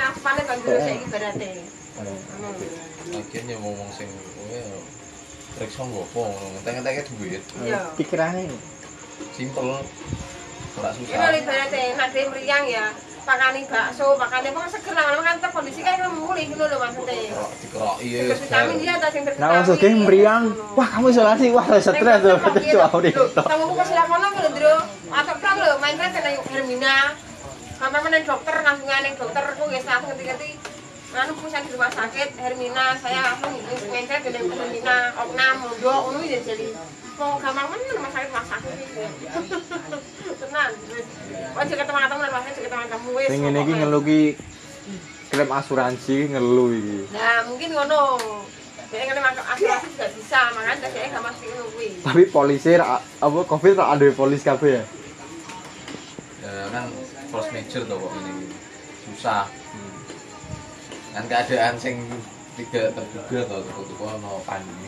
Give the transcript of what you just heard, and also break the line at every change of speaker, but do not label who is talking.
dulu Hmm, saiki berarti.
akhirnya ngomong sing kowe reksa nggopo ngono entek-enteke duit
Iya.
Pikirannya Nah,
simpel
Ya
ora
kalau
susah
ibaratnya nanti meriang ya, pakani bakso, pakani apa seger lah, kan tetap kondisi kan kan mulih gitu loh maksudnya.
ora dikeroki ya
Terus vitamin dia
segar.
atas yang bervitamin.
Nah, langsung kayak meriang. Wah, kamu isolasi. Wah, saya stres tuh. Itu aku deh.
Kamu buka silakan aku loh, Dro. Atau perang loh, main kan kena yuk Hermina. Sampai mana dokter, langsung nganeng dokter, aku gak langsung ngerti-ngerti. Anu pusat di rumah sakit, Hermina, saya langsung main kan dengan Hermina, Oknam, Mondo, Unu jadi jadi. Mau gampang mana rumah sakit, rumah sakit gitu. Tenang. Oh, jaga teman-teman, rumah sakit, jaga teman-teman. wes,
Sing ngene iki
pokoknya.
ngeluki klaim asuransi ngelu iki.
Nah, mungkin ngono. Dia kan emang asuransi juga bisa, makanya saya gak mesti nungguin.
Tapi polisi ra- apa Covid ra ada polis kabeh ya.
Ya, kan force major to kok ini susah kan keadaan sing tidak terduga to tiba-tiba ono pandemi